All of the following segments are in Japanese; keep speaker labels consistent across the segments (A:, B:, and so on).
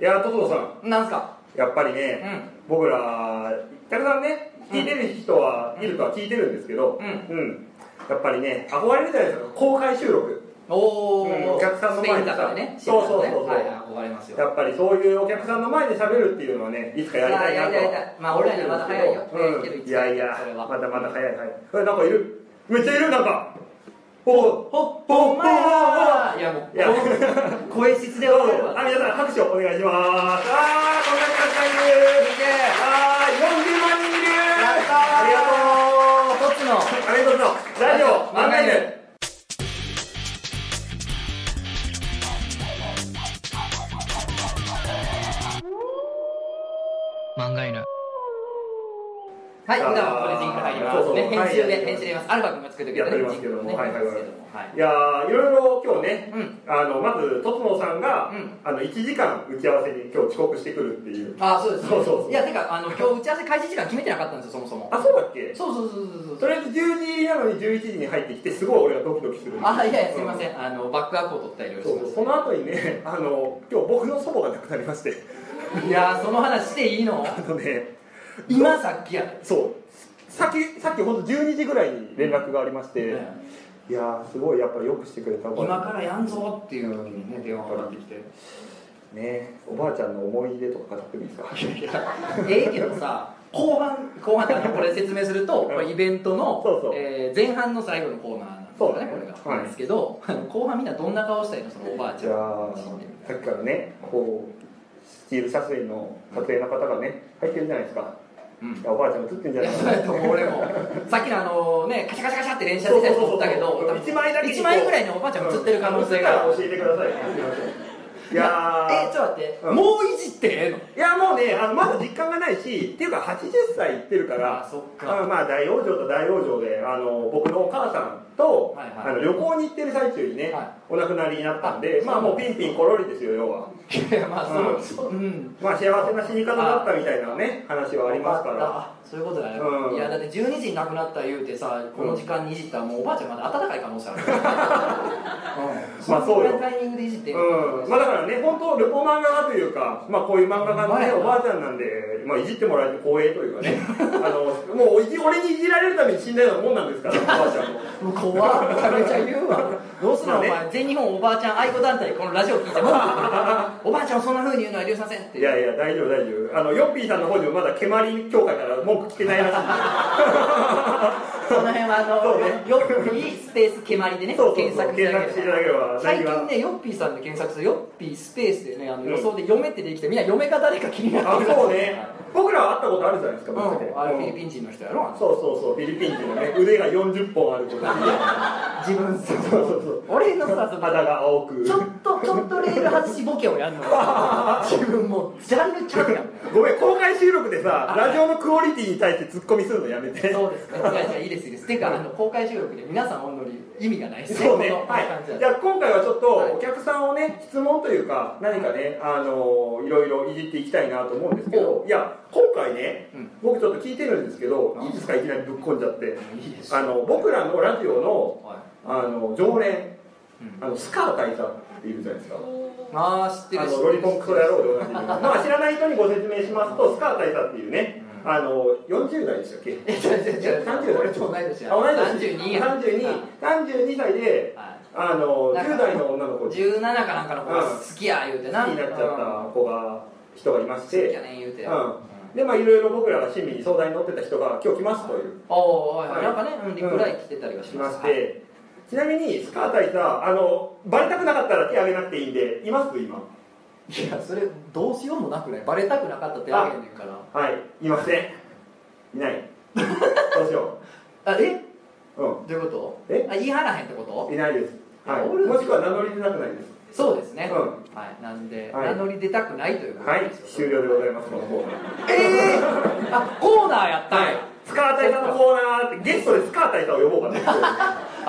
A: いやトトロさん
B: なんすか
A: やっぱりね、僕らたくさんね聞いてる人は、いるとは聞いてるんですけど、
B: う
A: やっぱりね憧れるじゃないですか公開収録
B: おお、
A: うんお客さんの前
B: スペイ
A: に
B: ン
A: さ
B: だからね
A: そうそうそう
B: シェフだからね
A: そ
B: はいはい憧れますよ
A: やっぱりそういうお客さんの前で喋るっていうのはねいつかやりたいなと
B: いやいやいやいやまあ俺らにはまだ早いよ
A: うん
B: ねいける
A: い
B: いける
A: やいや
B: それは
A: まだまだ早い早いえなんかいるめっちゃいるなんかおお
B: ほ
A: おお
B: ほんまや
A: お
B: いやもう
A: いや
B: こ声質で
A: どう
B: 分かる
A: ぞあ
B: わ
A: 皆さん拍手をお願いしますああこんなにたくさんいる
B: すげえ
A: ああ40万人いる
B: やった
A: あ
B: ー
A: りがとう
B: 一つの
A: ありがとうございます。ラジオ漫画犬。
C: 漫画犬
B: はい、
A: あー
B: 普段はこれジングル入ります
A: そ
B: ね
A: うそう
B: 編集
A: はい
B: で編集で入れますアルファ君が作ってくれ
A: やって
B: た
A: おりま
B: ねジ
A: す
B: ン
A: けど
B: グル
A: も、
B: ね
A: はいはいはい
B: ですけどもはい
A: いやーいろいろ今日ね、
B: うん
A: あのまずとつのさんが、
B: うん
A: あの1時間打ち合わせに今日遅刻してくるっていう
B: あーそうですね
A: そうそうそう
B: いやてかあの今日打ち合わせ開始時間決めてなかったんですよそもそも
A: あそうだっけ
B: そうそうそうそう
A: と
B: そう
A: りあえず10時入りなのに11時に入ってきてすごい俺がドキドキする
B: あーいやいやすいませ
A: うん
B: あのバックアップを取ったりいろいろ
A: そう
B: しまし
A: その後にねあの今日僕の祖母が亡くなりまして
B: たいやーその話していいの
A: あのね
B: 今さっきや
A: そうさっきさっきほんと12時ぐらいに連絡がありまして、いやーすごいやっぱりよくしてくれたおばあちゃん
B: 今からやんぞっていう時にね電話かかってきて
A: ねおばあちゃんの思い出とか語ってもいいですか
B: ええけどさ後半後半ってあのこれ説明するとこれイベントの
A: そうそう
B: えー前半の最後のコーナーなんです
A: そう
B: よ
A: だ
B: ね
A: ね
B: これが、
A: はい
B: なんですけど あの後半みんなどんな顔したいのそのおばあち
A: じゃ
B: ゃん
A: あさっきからねこうスチール写真の撮影の方がね入ってるじゃないですか
B: うん
A: いやおばあちゃん映ってんじゃ
B: い
A: ない
B: や
A: か
B: そう
A: な
B: やと思う俺もさっきのあのねカシャカシャカシャって連写してたやつ撮ったけど
A: 1枚だけ
B: 1枚ぐらいにおばあちゃん映ってる可能
A: 映
B: 性が
A: ったら教えてくださいいや
B: え
A: ー
B: ちょっと待って、
A: うん
B: もういじってええの
A: いやもうねあのまだ実感がないしっていうか80歳いってるから
B: あそっか
A: あのまあ大往生と大往生であの僕のお母さんと、
B: はいはい
A: あの旅行に行ってる最中にね、
B: はい
A: お亡くなりになったんで
B: あ
A: まあもうピンピンコロリですよ要はい
B: やまあ
A: うん
B: そのうん
A: まあ幸せな死に方だったみたいなね話はありますか
B: あ
A: ら
B: あそういうことだね、
A: うん
B: いやだって12時に亡くなった言うてさこの時間にいじったらもうおばあちゃんまだ暖かい可能性あるから、うん、
A: まあそうよ
B: んなタイミングでいじって
A: うんまあ、だからね本当ルポ漫画家というか、まあ、こういう漫画家の、ね、
B: 前
A: おばあちゃんなんで、まあ、いじってもらえて光栄というかねあのもういじ俺にいじられるために死んだようなもんなんですからおばあち ゃんも。
B: もう怖っめちゃめちゃ言うわどうすんの、
A: まあね
B: お前全日本おばあちゃん愛護団体このラジオ聞いてもおばあちゃんをそんなふうに言うのは許させんって
A: いやいや大丈夫大丈夫あのヨッピーさんの方にもまだ蹴鞠協会から文句来てないらしいんで
B: その辺はあ
A: そう
B: の、
A: ね
B: ヨッピースペース蹴 鞠でね
A: そうそうそう
B: 検索していただ
A: 検索してい
B: けれ
A: た
B: ば
A: だければ
B: 最
A: 何
B: 近
A: が
B: ねヨッピーさんで検索するとヨッピースペースでねあの
A: うん
B: 予想で嫁ってできてみんな嫁が誰か気になって
A: あ
B: るらしい
A: そうね僕らは会ったことあるじゃないですか
B: う
A: ぶっちゃけ
B: ん、あれフィリ
A: うん
B: ピン人の人やろあの人
A: そうそうそうフィリピン人のね腕が40本あること
B: 自分そ
A: そ
B: う
A: うそうそう
B: 俺のさその
A: 肌が青く
B: ちょっとちょっとレール外しボケを やるの自分もうジャンルちゃうやん
A: ごめん公開収録でさラジオのクオリティに対してツッコミするのやめて
B: そうですかいやいやいいですいいですていうかあの公開収録で皆さんおんのり意味がないですね
A: そうね、
B: このこの
A: は
B: 感じ
A: い、
B: だ
A: じゃあ今回はちょっと
B: はい
A: お客さんをね質問というか何かね、あのーいろいろいじっていきたいなと思うんですけどいや今回ね、
B: うん
A: 僕ちょっと聞いてるんですけど
B: あ
A: いいですかいきなりぶっこんじゃって
B: といいです
A: あの僕らのラジオの
B: は
A: あの常連
B: いうん
A: あのスカー大佐っているじゃないですか
B: あー知って
A: あ
B: る知って
A: の
B: る
A: ロリコンクソ野郎でおなじみ のまあ知らない人にご説明しますとスカー大佐っていうね
B: う
A: あの40代でしたっけ
B: え違う違う違
A: 30
B: う
A: 代
B: 俺と同い年や
A: あ同い
B: 32
A: 年
B: や
A: 32 32歳で
B: は
A: あの
B: なんか
A: 10代の女の子
B: い17かなんかの子が好きや言うてな
A: 好きになっちゃった子が人がいまし
B: 好きや
A: て、
B: ねん言うて
A: うん、でまあいろいろ僕らが親身に相談に乗ってた人が今日来ますという
B: ああ、はい
A: は
B: はいい、なんかね、うん、リプライ来てたりはし
A: 来ま
B: ま
A: し
B: す
A: て、
B: はい
A: ちなみにスカー大佐あのバレたくなかったら手挙げなくていいんでいます今
B: いや、それ、どうしようもなくない、バレたくなかったってあげんねんから。
A: はいいませんいない どうしよ
B: あ、え、
A: うう
B: どういうこと。
A: え
B: あ、言い張らへんってこと
A: ん。いないです、はい
B: おるんで
A: も
B: すよ
A: しくは名乗り出たくないです
B: そうですね。
A: う
B: はい、なんで、
A: はい
B: 名乗り出たくないということ
A: はい
B: です
A: 終
B: よ
A: 了でございますこのコーナー
B: ええあ、コーナーやったんや。
A: スカー大佐のコーナーってゲストでスカー大佐を呼ぼうかな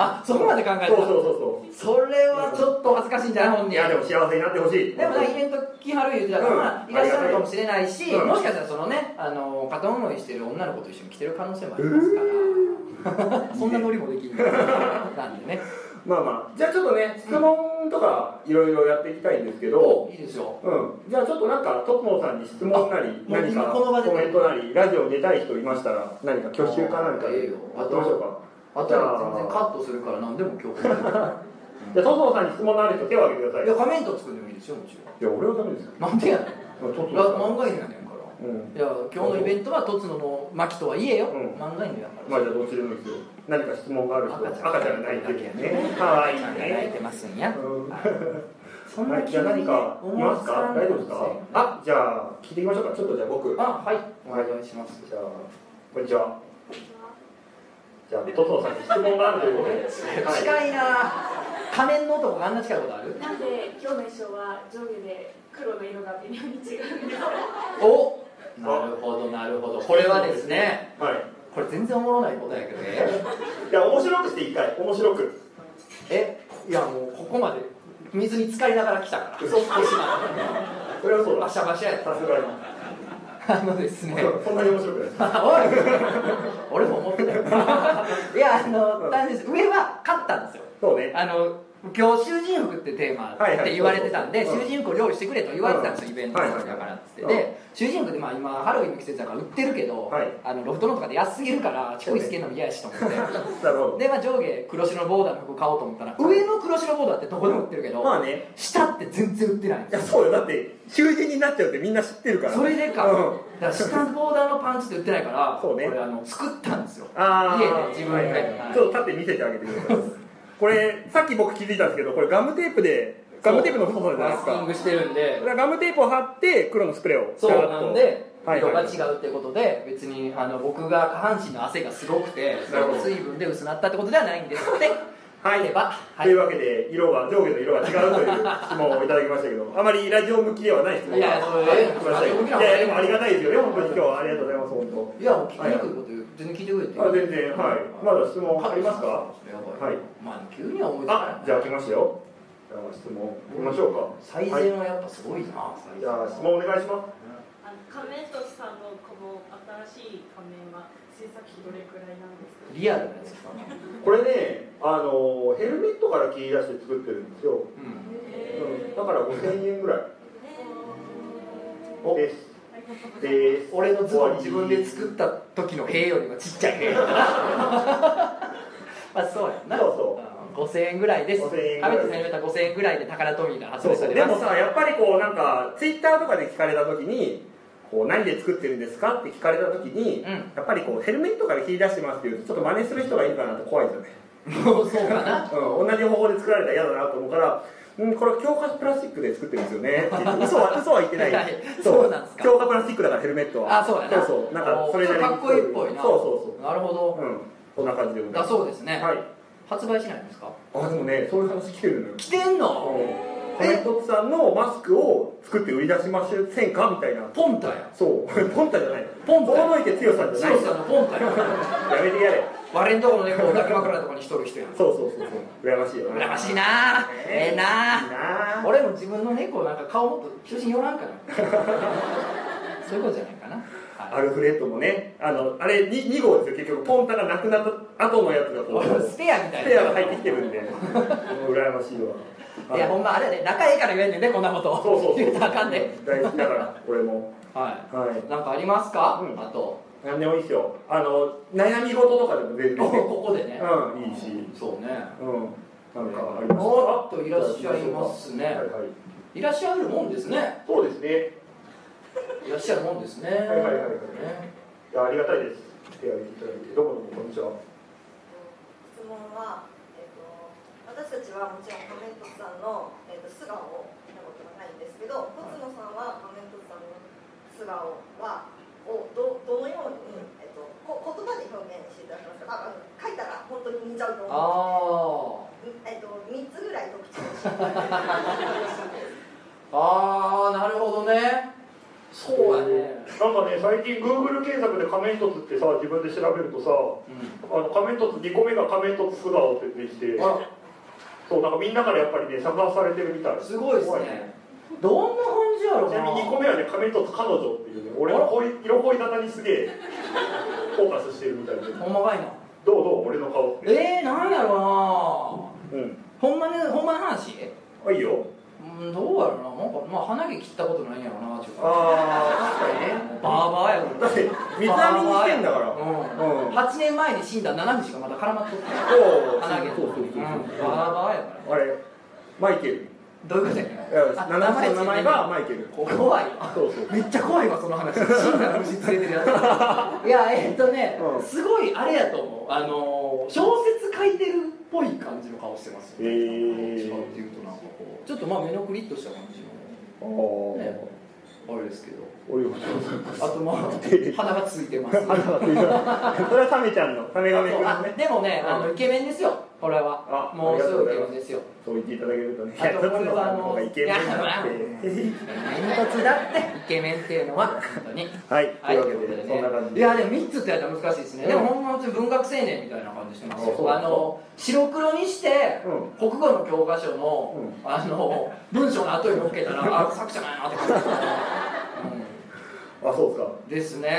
B: あ、そこまで考えた。
A: そうそうそうそう
B: それはちょっと恥ずかしいんじゃない、本人。
A: いやでも幸せになってほしい
B: でもなんかイベント来はる言うてたから、
A: うん
B: まあ、いらっしゃるかもしれないし、
A: うん
B: もしかしたらそのねあの片思いしてる女の 子と一緒に来てる可能性もありますから、そんなノリもできるんですよなんでね
A: まあまあじゃあちょっとね質問とかいろいろやっていきたいんですけど
B: おいいですよ
A: うん、じゃあちょっとなんか徳野さんに質問なり
B: あもう
A: 何か
B: 今この場で
A: コメントなりラジオ出たい人いましたら何か挙手かなんか
B: あいいよ
A: やってみましょうか
B: あとは全然カットするから何でも今日い
A: じゃあ徳野さんに質問のある人手を挙げてください
B: や仮面とつくんでもいいですよもちろ
A: いや俺はダメですよ
B: んなんでやねん
A: 徳野
B: ら
A: さ
B: 漫画犬やねんから
A: んうん
B: いや今日のイベントはとつのの巻とはいえよ、
A: うん
B: 漫画犬やか
A: ま
B: ら
A: あじゃあどっちでもいいですよ何か質問がある人
B: 赤ちゃん
A: 赤ちゃんが泣いてるやね可愛い
B: 泣い
A: ね
B: てますんや
A: うん
B: そん
A: は、
B: ない
A: じゃあ何かいますか大丈夫ですかあじゃあ聞いてみましょうかちょっとじゃあ僕
B: あはいお願いします
A: じゃあこんにちはじゃあトトさんに質問があるというこ とで、はい、
B: 近いな仮面の男があんな近いことある
C: なんで今日の衣装は上下で黒の色が微妙に違うんですか
B: おなるほどなるほどこれはですね
A: はい、
B: これ全然おもろないことやけどね
A: いや面白くして一回面白く
B: えいやもうここまで水に浸かりながら来たから
A: 嘘
B: 腰ま
A: それはそう
B: で
A: だ
B: バ
A: さ
B: シャバシャやっ
A: すがに
B: たあのですね
A: そんなに面白くないです
B: おい俺も思っ てたよいやあの単純です上は勝ったんですよ
A: そうね
B: あの今日囚人服ってテーマ
A: はいは
B: っ
A: い
B: て言われてたんで、
A: そうそううん
B: 囚人服を料理してくれと言われてたんですよ、
A: うん
B: イベントの時だからっつって、
A: はいはいはい
B: で囚人服ってまあ今ハロウィンの季節だから売ってるけど、
A: はい
B: あのロフトのとかで安すぎるからチコイつけるのも嫌やしと思って
A: なるほ
B: で、まあ、上下黒白ボーダーの服買おうと思ったら上の黒白ボーダーってどこでも売ってるけど、
A: どまあね
B: 下って全然売ってないん
A: いや
B: ですよ
A: そうよだって囚人になっちゃうってみんな知ってるから
B: それでか、
A: うん
B: だから下のボーダーのパンツって売ってないから
A: そうね
B: これあの作ったんですよ
A: ああ
B: 家で自分ではい
A: ちょっと立って見せてあげてくださいこれさっき僕気づいたんですけどこれガムテープでガムテープの太さじゃないです
B: マスキン
A: か
B: グしてるんで
A: これはガムテープを貼って黒のスプレーを
B: そう
A: シャーッ
B: な
A: と
B: んで
A: はい
B: 色
A: はい
B: が
A: はい
B: 違うってことで別にあの僕が下半身の汗がすごくてそ
A: なるほ
B: の
A: ど
B: 水分で薄なったってことではないんですって
A: はい
B: 言えばは
A: と
B: い
A: いうわけで色が上下の色が違うという質問をいただきましたけ どあまりラジオ向きではない質問
B: いやそれ
A: はい来ましたけど
B: ラジオ向きない
A: やでもありがたいですよね本当に今日はありがとうございます本
B: いやもう聞きにくいこと言う全然聞いてくれて
A: 当あ全然はいまだ質問ありますか
B: それやば
A: は
B: い
A: い
B: まあ急には思いつかない
A: あじゃあ来ましたよじゃあ質問行きましょうか
B: 最
A: はい
B: 善はやっぱすごいな最善
A: じゃあ質問お願いします
C: あの仮面とさんのこの新しい仮面は制作費どれくらいなんですか
B: リアルなやつかな
A: これねあのヘルメットから切り出して作ってるんですよ、
B: うん
A: うん、だから5000円ぐらい
B: お
A: ですです
B: 俺のズボン自
A: 終
B: 分
A: わり
B: で作った時の塀よりもちっちゃ い塀まあそうやんな
A: そうそ
B: うん5000円ぐらいです
A: 5000円ぐらい
B: 亀田さんに言われた5000円ぐらいで宝トミーが発
A: そう
B: 売さ
A: そうで
B: れます
A: もさやっぱりこうなんかツイッターとかで聞かれた時にこう何で作ってるんですかって聞かれた時に、
B: うん
A: やっぱりこうヘルメットから切り出してますっていうとちょっと真似する人がいるかなって怖いですよね、
B: もうそうかな
A: うん、同じ方法で作られたら嫌だなと思うから、うん、これは強化プラスチックで作ってるんですよ ねって言って嘘は嘘は言ってない
B: はいそうなんすか
A: 強化プラスチックだからヘルメットは
B: あそうやな
A: そうそうなんかそれなりに
B: かっこいいっぽいな
A: そうそう
B: なるほ
A: そう
B: ど、
A: うんこんな感じでござい
B: だ
A: ます
B: そうですね、
A: はい
B: 発売しないんですか
A: あでもねそういう話来てるのよ
B: 来てんの
A: コメントさんのマスクを作って売り出しませんかみたいな
B: ポンタや
A: そう、 ポンタじゃない。
B: ポンタ
A: 遠のいて強さ
B: 剛
A: じゃない。
B: さんのポンタや
A: やめてやれ。
B: 我んとこの猫を抱き枕とかにしとる人や
A: そうそうそうそう。羨ましいよな。
B: 羨ましいなあええなあ
A: なあ。
B: 俺も自分の猫なんか顔もっと中心寄らんから そういうことじゃないかな、
A: ア
B: は
A: ルフレッドもね、あの、あれ二二号ですよ。結局ポンタがなくなった後のやつだと。
B: い、ス
A: ス
B: ペアみたいな
A: ペアが入ってきてるんで。もう羨ましいわ。
B: いやほんまあれやで仲いいから言えんねんねこんなこと
A: そうそうそう。
B: 言うたらあかんで、
A: 大好きだから、俺も。
B: は
A: はい。
B: いなんかありますか、
A: うん
B: あと
A: 何でもいいですよ。あの、悩み事とかでも全然。
B: ここでね、
A: うん、いいし。
B: そうね
A: うん。なんかありますか。
B: おっといらっしゃいますね
A: はいはい。
B: いらっしゃるもんですね
A: そうですね。
B: いらっしゃるもんですねはい
A: はいはいはいいやありがたいです。手を挙げていただいて、どうもどうもこんにちは。
D: 質問は、えっと私たちはもちろん仮面凸さんの、えっと素顔を見たことがないんですけど、コツノさんは仮面凸さんの素顔はをどどのように、えっとこ言葉で表現していただけますかああの書いたら本当に似ちゃうと
B: あ
D: 思う
B: あ
D: んえっと3つぐらい特徴を知っていただけ
B: ああなるほどねそうやね
A: なんかね、最近 Google 検索で仮面凸ってさ、自分で調べるとさ、
B: うん
A: あの仮面凸2個目が仮面凸素顔って出てきて、
B: あ
A: そうなんかみんなからやっぱりね、探されてるみたい。
B: すごいです
A: 怖
B: ねどんな感じやろ
A: ちなみに2個
B: う
A: 目はね、仮面凸彼女っていうね、俺の恋色恋沙汰にすげえフォーカスしてるみたいで、どう
B: なほんまかいな
A: どう俺の顔って。
B: えー、なんやろ
A: うん
B: ほんまねほんまの話
A: あいいよ
B: うんどうやろうななんかまあ鼻毛切ったことないんやろうなっていうか
A: あ
B: 確かにねバーバーやもん
A: あだって水浴びにしてんだから
B: うん
A: うん
B: 8年前に死んだ七口がまだ絡まっとった
A: そう
B: 鼻毛
A: そうそうそう
B: うんバーバーやから
A: あれマイケル
B: どういうこと
A: い
B: や
A: や
B: ねんあ
A: 七口の名前がマイケル
B: 怖いわ
A: そうそう
B: めっちゃ 怖いわその話死んだ虫連れてるやついやえっとね、
A: うん
B: すごいあれやと思うあのー小説書いてるっぽい感じの顔してますよね
A: へー
B: 違うっていうとなんかこうちょっとまあ目のクリッとした感じ
A: ああ、
B: ねのあれですけど
A: お湯
B: あ とまあ鼻がついてます
A: あそれはサメちゃんのサメガメ君の
B: あ
A: ね
B: でもね、あ
A: う
B: の
A: ん
B: イケメンですよこれは
A: あ
B: もうすぐイ
A: あ
B: ケ
A: りがとうございます
B: メンですよ
A: そう言っていただけるとね
B: あとこれはあの
A: いやちょっとなんかイケメンだって
B: 煙突だってイケメンっていうのは本当に
A: はいと
B: はいい、
A: うわけでそんな感じ
B: い
A: で
B: やでも3つってやったら難しいですね、
A: うん
B: でもほんまうち文学青年みたいな感じしてます
A: あそうそう
B: よあの白黒にして、
A: う
B: 国語の教科書の,、あの文章の後に載っけた らあ作者ないなって感じですね、
A: あそうですか
B: うんですね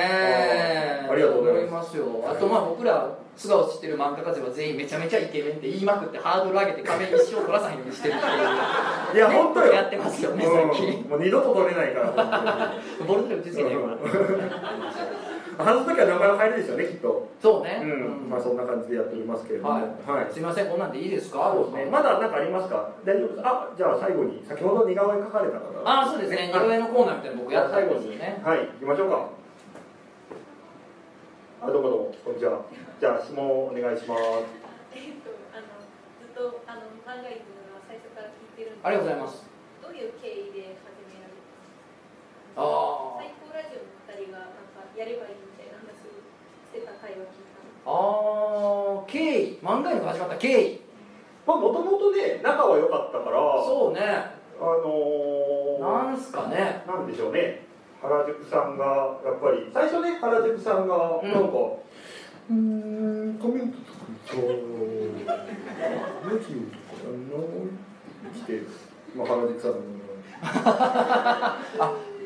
A: あありがとうござい
B: ます思いますよあとまあ僕ら素顔知ってる漫画家たちは全員めちゃめちゃイケメンって言いまくってハードル上げて壁に石を取らさへんようにしてるっていう
A: いや本当よ
B: やってますよね
A: うん
B: 最近
A: もう二度と取れないから本
B: ボルトで打ちつけてるから
A: 当に外す時は名前を変えるでしょうねきっと
B: そうね、
A: うんまあそんな感じでやっておりますけれども
B: はい、すいませんこんなんでいいですか
A: そうですねまだ何かありますか大丈夫ですあじゃあ最後に先ほど似顔絵描かれた方
B: ああそうですね
A: は
B: 二
A: い
B: 上のコーナーみたいなの僕やったんですよね
A: はい、行きましょうか。あ、どうもどうも、こんにちは。じゃあ、質問お願いします。
C: えっとあのずっとあの漫画一のは最初から聞いてるんで
B: ありがとうございます
C: どういう経緯で始められたんですか
B: あ
C: 最高ラジオの二人がなんかやればいいみたいな話をしてた回を聞いたの
B: ああー経緯漫画の始まった経緯
A: まあ、もともとね、仲は良かったから。
B: そうね
A: あの
B: なんすか
A: ー、
B: ね
A: なんでしょうね。原宿さんが、やっぱり、最初ね、原宿さんが、なんか。うーん、コメントとか一応。メキューとか、あの、して、まあ、原宿さんの。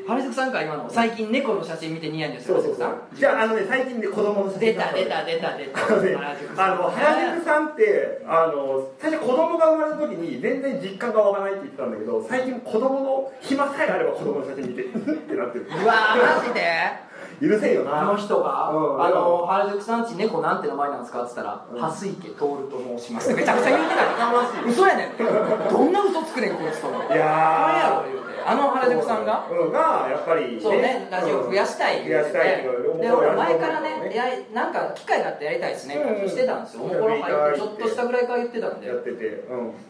B: 原宿さんか今の最近猫の写真見て似合うんです
A: そ
B: よ
A: うそうそう。じゃあ、あのね、最近で子供の写真
B: 出た出た出た出た
A: あのね
B: 原宿さん
A: あの原宿さんってあの最初子供が生まれた時に全然実感が湧かないって言ってたんだけど最近子供の暇さえあれば子供の写真見て ってなってる
B: うわーマジで
A: 許せんよ
B: あの
A: な
B: 人が、
A: うん
B: あの原宿さんち猫なんて名前なんですかって言ったら
A: う
B: 「
A: ん
B: 蓮池徹と申します」めちゃくちゃ言うてた
A: やまし
B: 嘘やねんどんな嘘つくねんこいつと思って
A: いやー
B: これやろ言うてあの原宿さんが
A: うんがやっぱり
B: そうねラジオ増やしたい言うて
A: 増やしたい
B: て
A: とか
B: で俺前からねやりなんか機会があってやりたいですね
A: うんうん
B: してたんですよおもころ入ってちょっとしたぐらいから言ってたんで
A: やってて、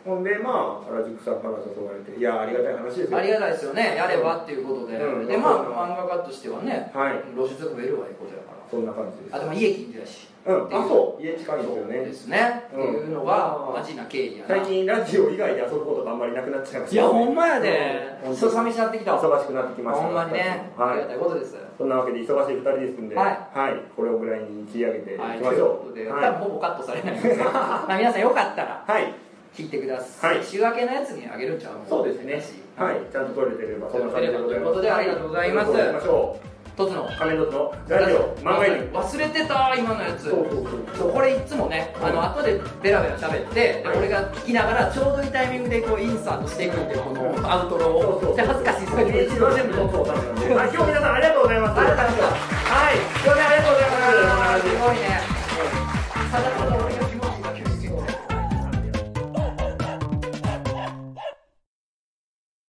A: うん、ほんでまあ原宿さんから誘われていやありがたい話ですよ
B: ありがたいですよねやればっていうことで
A: うん
B: でまあ漫画家としてはね
A: はい
B: 露出増えるはいいことやから
A: そんな感じです
B: あでも家近所やし
A: うんあそう家近いですよ
B: そう
A: ね
B: ですねって
A: うん
B: いうのがマジな経緯やな
A: 最近ラジオ以外で遊ぶことがあんまりなくなっちゃいました
B: いやほんまやで
A: うん
B: そう寂しなってきたわ
A: 忙しくなってきました
B: ほんまにねあ
A: は
B: りがた
A: い
B: いことです
A: そんなわけで忙しい2人ですんで
B: はい
A: これをぐらいに切り上げていき
B: はい、
A: ま
B: とい
A: し
B: う
A: ょ
B: こと
A: う
B: で、
A: は
B: 多
A: い
B: 分ほぼカットされないですね まあ皆さんよかったら
A: はい
B: 聞いてください、
A: はい
B: 週明けのやつにあげるんちゃう
A: そうですねはいちゃんと撮れてればそんな感じでございます
B: ということでありがとうございます
A: とうことで行きましょう
B: 一つの
A: 仮面ドットのラジオ漫画犬
B: 忘れてた今のやつ
A: そうそう
B: そうこれいつもねあの後でベラベラ喋ってで俺が聞きながらちょうどいいタイミングでこうインサートしていくっていうこのアウトロ
A: そう
B: をで恥ずかしいそれで
A: 一度全部撮っておったんであ今日皆さんありがとうございます
B: ありがとうございます